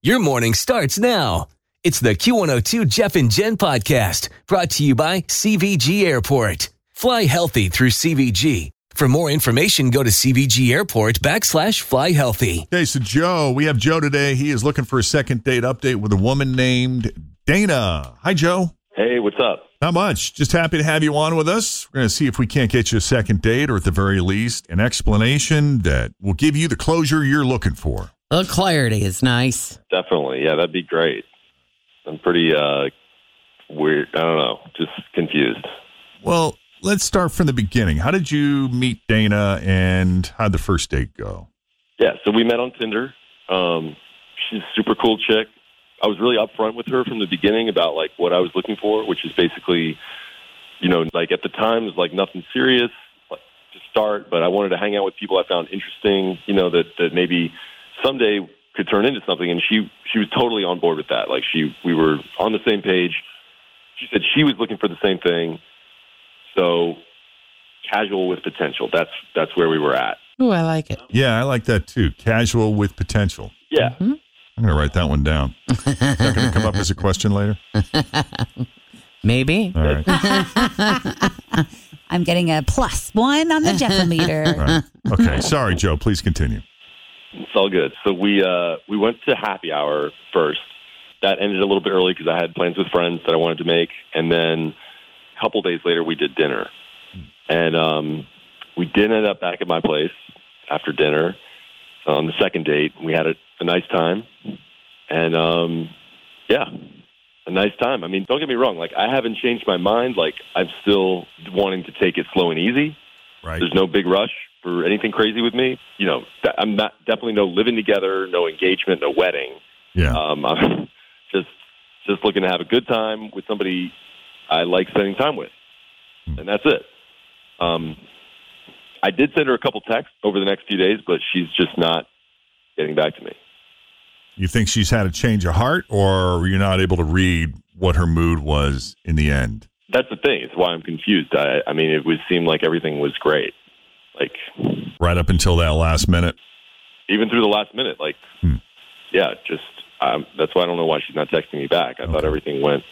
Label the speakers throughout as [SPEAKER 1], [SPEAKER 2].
[SPEAKER 1] Your morning starts now. It's the Q102 Jeff and Jen podcast brought to you by CVG Airport. Fly healthy through CVG. For more information, go to CVG Airport backslash fly healthy.
[SPEAKER 2] Okay, so Joe, we have Joe today. He is looking for a second date update with a woman named Dana. Hi, Joe.
[SPEAKER 3] Hey, what's up?
[SPEAKER 2] Not much. Just happy to have you on with us. We're going to see if we can't get you a second date or, at the very least, an explanation that will give you the closure you're looking for.
[SPEAKER 4] Well, clarity is nice.
[SPEAKER 3] Definitely. Yeah, that'd be great. I'm pretty uh, weird. I don't know. Just confused.
[SPEAKER 2] Well, let's start from the beginning. How did you meet Dana and how'd the first date go?
[SPEAKER 3] Yeah, so we met on Tinder. Um, she's a super cool chick. I was really upfront with her from the beginning about like what I was looking for, which is basically, you know, like at the time it was like nothing serious like, to start, but I wanted to hang out with people I found interesting, you know, that that maybe someday could turn into something. And she she was totally on board with that. Like she we were on the same page. She said she was looking for the same thing. So casual with potential. That's that's where we were at.
[SPEAKER 4] Ooh, I like it.
[SPEAKER 2] Yeah, I like that too. Casual with potential.
[SPEAKER 3] Yeah.
[SPEAKER 2] I'm going to write that one down. Is that going to come up as a question later?
[SPEAKER 4] Maybe.
[SPEAKER 2] All right. All
[SPEAKER 5] I'm getting a plus one on the Jeffometer.
[SPEAKER 2] right. Okay. Sorry, Joe. Please continue.
[SPEAKER 3] It's all good. So we uh, we went to happy hour first. That ended a little bit early because I had plans with friends that I wanted to make, and then a couple days later we did dinner, and um, we did end up back at my place after dinner. So on the second date, we had a, a nice time, and um, yeah, a nice time. I mean, don't get me wrong; like I haven't changed my mind. Like I'm still wanting to take it slow and easy.
[SPEAKER 2] Right.
[SPEAKER 3] There's no big rush for anything crazy with me. You know, th- I'm not definitely no living together, no engagement, no wedding.
[SPEAKER 2] Yeah.
[SPEAKER 3] Um, I'm just just looking to have a good time with somebody I like spending time with,
[SPEAKER 2] Hmm.
[SPEAKER 3] and that's it. Um, I did send her a couple texts over the next few days, but she's just not getting back to me.
[SPEAKER 2] You think she's had a change of heart, or you're not able to read what her mood was in the end?
[SPEAKER 3] That's the thing. It's why I'm confused. I, I mean, it would seem like everything was great, like
[SPEAKER 2] Right up until that last minute.
[SPEAKER 3] even through the last minute. Like,
[SPEAKER 2] Hmm.
[SPEAKER 3] yeah, just um, that's why I don't know why she's not texting me back. I thought
[SPEAKER 2] Okay.
[SPEAKER 3] everything went.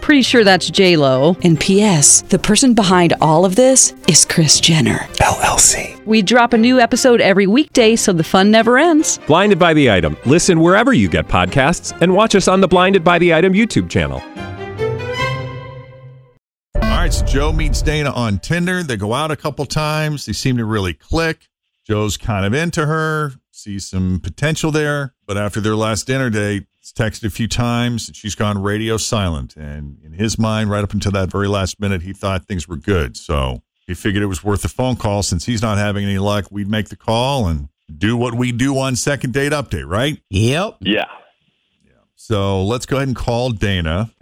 [SPEAKER 6] Pretty sure that's J Lo.
[SPEAKER 7] And P.S. The person behind all of this is Chris Jenner.
[SPEAKER 8] LLC.
[SPEAKER 6] We drop a new episode every weekday, so the fun never ends.
[SPEAKER 8] Blinded by the Item. Listen wherever you get podcasts and watch us on the Blinded by the Item YouTube channel.
[SPEAKER 2] All right, so Joe meets Dana on Tinder. They go out a couple times. They seem to really click. Joe's kind of into her, sees some potential there. But after their last dinner date, it's texted a few times and she's gone radio silent. And in his mind, right up until that very last minute, he thought things were good. So he figured it was worth a phone call since he's not having any luck. We'd make the call and do what we do on second date update, right?
[SPEAKER 4] Yep.
[SPEAKER 3] Yeah.
[SPEAKER 2] So let's go ahead and call Dana.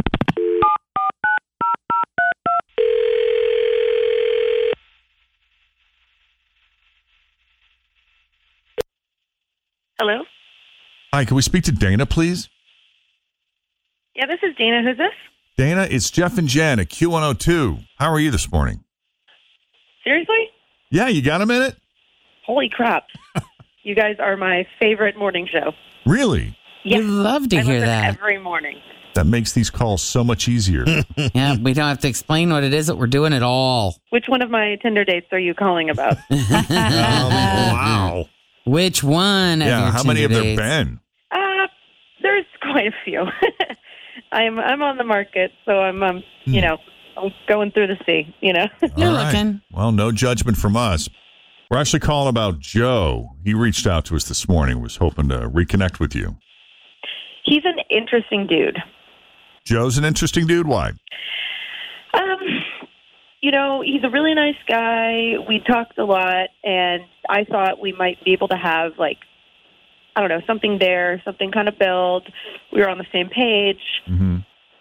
[SPEAKER 9] Hello.
[SPEAKER 2] Hi, can we speak to Dana, please?
[SPEAKER 9] Yeah, this is Dana. Who's this?
[SPEAKER 2] Dana, it's Jeff and Jan at Q102. How are you this morning?
[SPEAKER 9] Seriously?
[SPEAKER 2] Yeah, you got a minute?
[SPEAKER 9] Holy crap! you guys are my favorite morning show.
[SPEAKER 2] Really?
[SPEAKER 9] Yes.
[SPEAKER 4] We love to
[SPEAKER 9] I
[SPEAKER 4] hear
[SPEAKER 9] listen
[SPEAKER 4] that.
[SPEAKER 9] every morning.
[SPEAKER 2] That makes these calls so much easier.
[SPEAKER 4] yeah, we don't have to explain what it is that we're doing at all.
[SPEAKER 9] Which one of my Tinder dates are you calling about?
[SPEAKER 2] wow.
[SPEAKER 4] Which one? of
[SPEAKER 2] Yeah,
[SPEAKER 4] your
[SPEAKER 2] how many have
[SPEAKER 4] Tinder
[SPEAKER 2] there
[SPEAKER 4] dates?
[SPEAKER 2] been?
[SPEAKER 9] uh, there's quite a few. I'm I'm on the market, so I'm um you
[SPEAKER 4] Hmm.
[SPEAKER 9] know I'm going through the sea. You know.
[SPEAKER 4] You're
[SPEAKER 2] All right.
[SPEAKER 4] looking.
[SPEAKER 2] Well, no judgment from us. We're actually calling about Joe. He reached out to us this morning, was hoping to reconnect with you.
[SPEAKER 9] He's an interesting dude.
[SPEAKER 2] Joe's an interesting dude. Why?
[SPEAKER 9] Um, you know, he's a really nice guy. We talked a lot, and I thought we might be able to have like, I don't know, something there, something kind of build. We were on the same page.
[SPEAKER 2] Mm-hmm.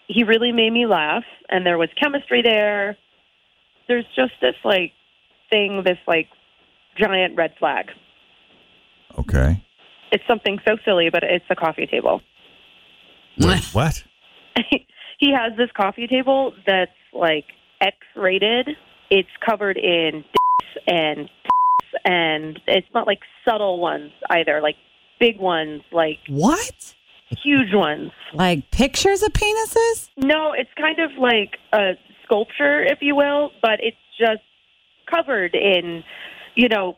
[SPEAKER 9] He really made me laugh, and there was chemistry there. There's just this like thing, this like giant red flag.
[SPEAKER 2] Okay.
[SPEAKER 9] It's something so silly, but it's a coffee table.
[SPEAKER 2] Wait, what?
[SPEAKER 9] he has this coffee table that's like X-rated. It's covered in dicks and tits, and it's not like subtle ones either, like big ones, like
[SPEAKER 5] What?
[SPEAKER 9] huge ones.
[SPEAKER 5] Like pictures of penises?
[SPEAKER 9] No, it's kind of like a sculpture, if you will, but it's just covered in, you know,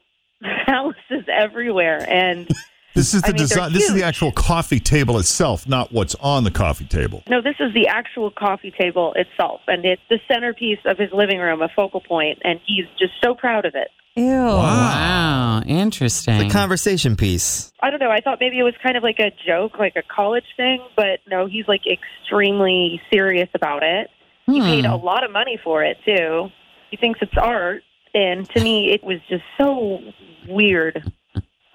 [SPEAKER 9] phalluses everywhere, and
[SPEAKER 2] This is
[SPEAKER 9] I
[SPEAKER 2] the
[SPEAKER 9] mean, they're
[SPEAKER 2] design. This is the
[SPEAKER 9] huge.
[SPEAKER 2] actual coffee table itself, not what's on the coffee table.
[SPEAKER 9] No, this is the actual coffee table itself, and it's the centerpiece of his living room, a focal point, and he's just so proud of it.
[SPEAKER 5] Ew.
[SPEAKER 9] Oh,
[SPEAKER 4] Wow, Oh, interesting.
[SPEAKER 10] The conversation piece.
[SPEAKER 9] I don't know. I thought maybe it was kind of like a joke, like a college thing, but no, he's like extremely serious about it. He
[SPEAKER 4] Hmm.
[SPEAKER 9] paid a lot of money for it too. He thinks it's art, and to me, it was just so weird.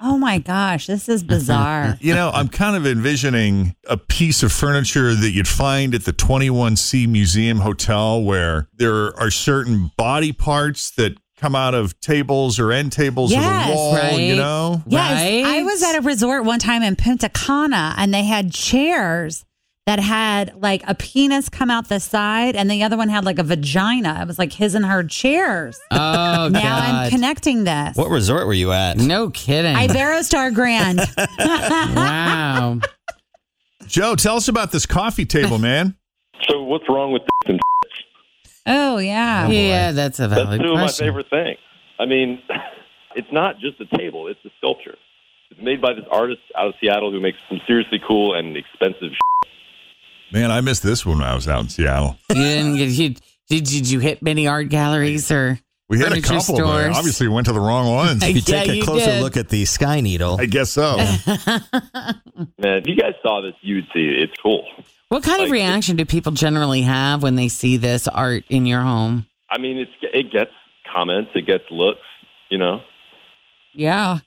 [SPEAKER 5] Oh my gosh, this is bizarre.
[SPEAKER 2] You know, I'm kind of envisioning a piece of furniture that you'd find at the 21C Museum Hotel where there are certain body parts that come out of tables or end tables
[SPEAKER 5] Yes,
[SPEAKER 2] or the wall, you
[SPEAKER 4] right.
[SPEAKER 2] know?
[SPEAKER 5] Yes, I
[SPEAKER 4] Right?
[SPEAKER 5] was at a resort one time in Punta Cana, and they had chairs that had like a penis come out the side, and the other one had like a vagina. It was like his and her chairs.
[SPEAKER 4] Oh, God.
[SPEAKER 5] now I'm connecting this.
[SPEAKER 10] What resort were you at?
[SPEAKER 4] No kidding.
[SPEAKER 5] Iberostar Grand.
[SPEAKER 4] wow.
[SPEAKER 5] Oh,
[SPEAKER 2] Joe, tell us about this coffee table, man.
[SPEAKER 3] So what's wrong with this? And
[SPEAKER 5] oh yeah.
[SPEAKER 4] yeah, that's a
[SPEAKER 3] that's
[SPEAKER 4] valid
[SPEAKER 3] two of my
[SPEAKER 4] question.
[SPEAKER 3] favorite things. I mean, it's not just a table; it's a sculpture. It's made by this artist out of Seattle who makes some seriously cool and expensive.
[SPEAKER 2] Man, I missed this one when I was out in Seattle.
[SPEAKER 4] You didn't get you did did you hit many art galleries or
[SPEAKER 2] We had a
[SPEAKER 4] furniture
[SPEAKER 2] couple, but I
[SPEAKER 4] stores?
[SPEAKER 2] obviously went to the wrong ones.
[SPEAKER 10] If you
[SPEAKER 4] Yeah,
[SPEAKER 10] take a
[SPEAKER 4] you
[SPEAKER 10] closer
[SPEAKER 4] did.
[SPEAKER 10] look at the Sky Needle,
[SPEAKER 2] I guess so.
[SPEAKER 3] Man, if you guys saw this, you would see it. it's cool.
[SPEAKER 4] What kind of
[SPEAKER 3] Like-
[SPEAKER 4] reaction do people generally have when they see this art in your home?
[SPEAKER 3] I mean, it's it gets comments, it gets looks. You know,
[SPEAKER 4] Yeah.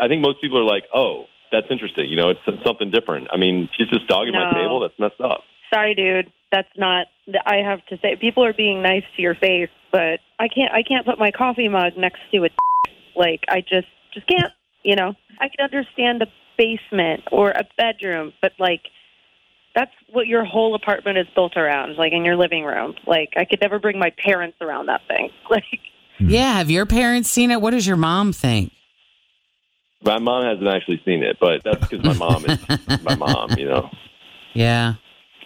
[SPEAKER 3] I think most people are like, "Oh, that's interesting." You know, it's something different. I mean, she's just dogging my
[SPEAKER 9] No.
[SPEAKER 3] table. That's messed up.
[SPEAKER 9] Sorry, dude. That's not. I have to say, people are being nice to your face, but I can't. I can't put my coffee mug next to a. Like I just, just can't. You know, I can understand a basement or a bedroom, but like that's what your whole apartment is built around, like in your living room. Like I could never bring my parents around that thing. Like
[SPEAKER 2] Hmm.
[SPEAKER 4] Yeah, have your parents seen it? What does your mom think?
[SPEAKER 3] My mom hasn't actually seen it, but that's because my mom is my mom. You know,
[SPEAKER 4] Yeah.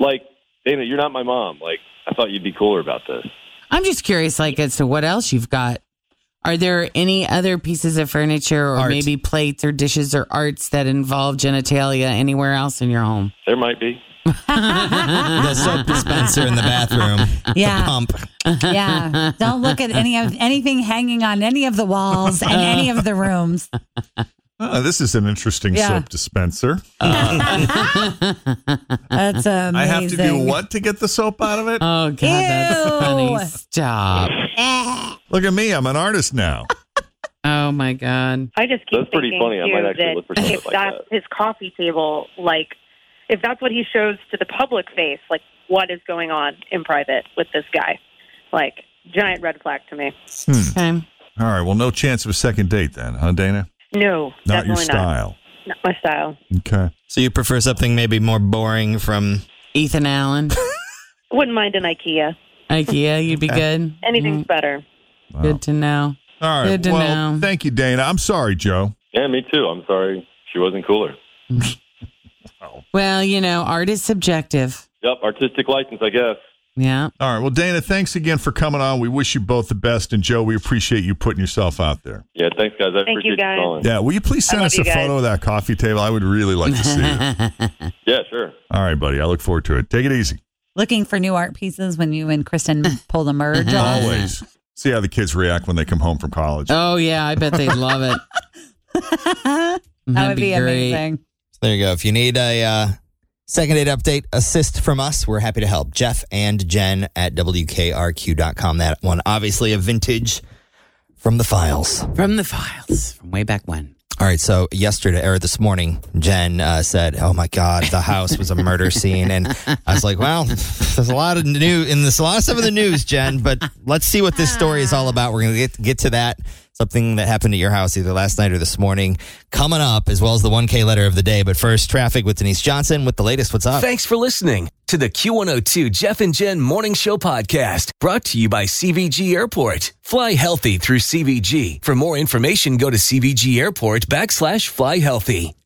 [SPEAKER 3] like Dana, you're not my mom. Like I thought you'd be cooler about this.
[SPEAKER 4] I'm just curious, like, as to what else you've got. Are there any other pieces of furniture or maybe plates or dishes or arts that involve genitalia anywhere else in your home?
[SPEAKER 3] There might be.
[SPEAKER 10] the soap dispenser in the bathroom.
[SPEAKER 5] Yeah.
[SPEAKER 10] The pump.
[SPEAKER 5] Yeah. Don't look at any of anything hanging on any of the walls and any of the rooms.
[SPEAKER 2] Ah, this is an interesting
[SPEAKER 5] Yeah.
[SPEAKER 2] soap dispenser.
[SPEAKER 5] That's amazing.
[SPEAKER 2] I have to do what to get the soap out of it?
[SPEAKER 4] Oh, God,
[SPEAKER 5] that's Ew. funny.
[SPEAKER 4] Stop.
[SPEAKER 2] Look at me. I'm an artist now.
[SPEAKER 4] Oh, my God.
[SPEAKER 9] I just keep
[SPEAKER 2] That's pretty
[SPEAKER 9] thinking
[SPEAKER 2] funny. I might
[SPEAKER 9] too,
[SPEAKER 2] actually
[SPEAKER 9] that
[SPEAKER 2] look for something
[SPEAKER 9] if
[SPEAKER 2] like
[SPEAKER 9] that's his coffee table, like if that's what he shows to the public face, like what is going on in private with this guy? Like giant red flag to me.
[SPEAKER 4] Okay.
[SPEAKER 2] All right. Well, no chance of a second date then, huh, Dana?
[SPEAKER 9] No,
[SPEAKER 2] Not your
[SPEAKER 9] definitely
[SPEAKER 2] style.
[SPEAKER 9] not. Not my style.
[SPEAKER 2] Okay.
[SPEAKER 10] So you prefer something maybe more boring from
[SPEAKER 4] Ethan Allen,
[SPEAKER 9] Wouldn't mind an IKEA.
[SPEAKER 4] IKEA, you'd be good.
[SPEAKER 2] Mm.
[SPEAKER 4] Mm,
[SPEAKER 9] Anything's better.
[SPEAKER 4] Good to know.
[SPEAKER 2] All right.
[SPEAKER 4] Good to
[SPEAKER 2] well,
[SPEAKER 4] know.
[SPEAKER 2] thank you, Dana. I'm sorry, Joe.
[SPEAKER 3] Yeah, me too. I'm sorry she wasn't cooler.
[SPEAKER 4] Well, you know, art is subjective.
[SPEAKER 3] Yep, artistic license, I guess.
[SPEAKER 4] Yeah.
[SPEAKER 2] All right. Well, Dana, thanks again for coming on. We wish you both the best. And Joe, we appreciate you putting yourself out there.
[SPEAKER 3] Yeah, thanks guys. I
[SPEAKER 9] Thank
[SPEAKER 3] appreciate
[SPEAKER 9] you, guys.
[SPEAKER 3] calling.
[SPEAKER 2] Yeah. Will you please
[SPEAKER 9] I
[SPEAKER 2] send
[SPEAKER 9] love
[SPEAKER 2] us
[SPEAKER 9] you
[SPEAKER 2] a
[SPEAKER 9] guys.
[SPEAKER 2] photo of that coffee table? I would really like to see it.
[SPEAKER 3] Yeah, sure.
[SPEAKER 2] All right, buddy. I look forward to it. Take it easy.
[SPEAKER 5] Looking for new art pieces when you and Kristen pull the merge
[SPEAKER 10] Mm-hmm.
[SPEAKER 5] off.
[SPEAKER 2] Always. See how the kids react when they come home from college.
[SPEAKER 4] Oh, yeah. I bet they love it.
[SPEAKER 5] That would be,
[SPEAKER 10] be great.
[SPEAKER 5] amazing.
[SPEAKER 10] There you go. If you need a uh, second date update, assist from us. We're happy to help. Jeff and Jen at WKRQ.com. That one, obviously, a vintage from the files.
[SPEAKER 4] From the files from way back when.
[SPEAKER 10] All right. So, yesterday or this morning, Jen uh, said, Oh my God, the house was a murder scene. And I was like, Well, there's a lot of new in this, a lot of stuff in the news, Jen, but let's see what this story is all about. We're going to get get to that. Something that happened at your house either last night or this morning coming up, as well as the 1K letter of the day. But first, traffic with Denise Johnson with the latest. What's up?
[SPEAKER 1] Thanks for listening to the Q102 Jeff and Jen Morning Show podcast brought to you by CVG Airport. Fly healthy through CVG. For more information, go to CVG Airport backslash fly healthy.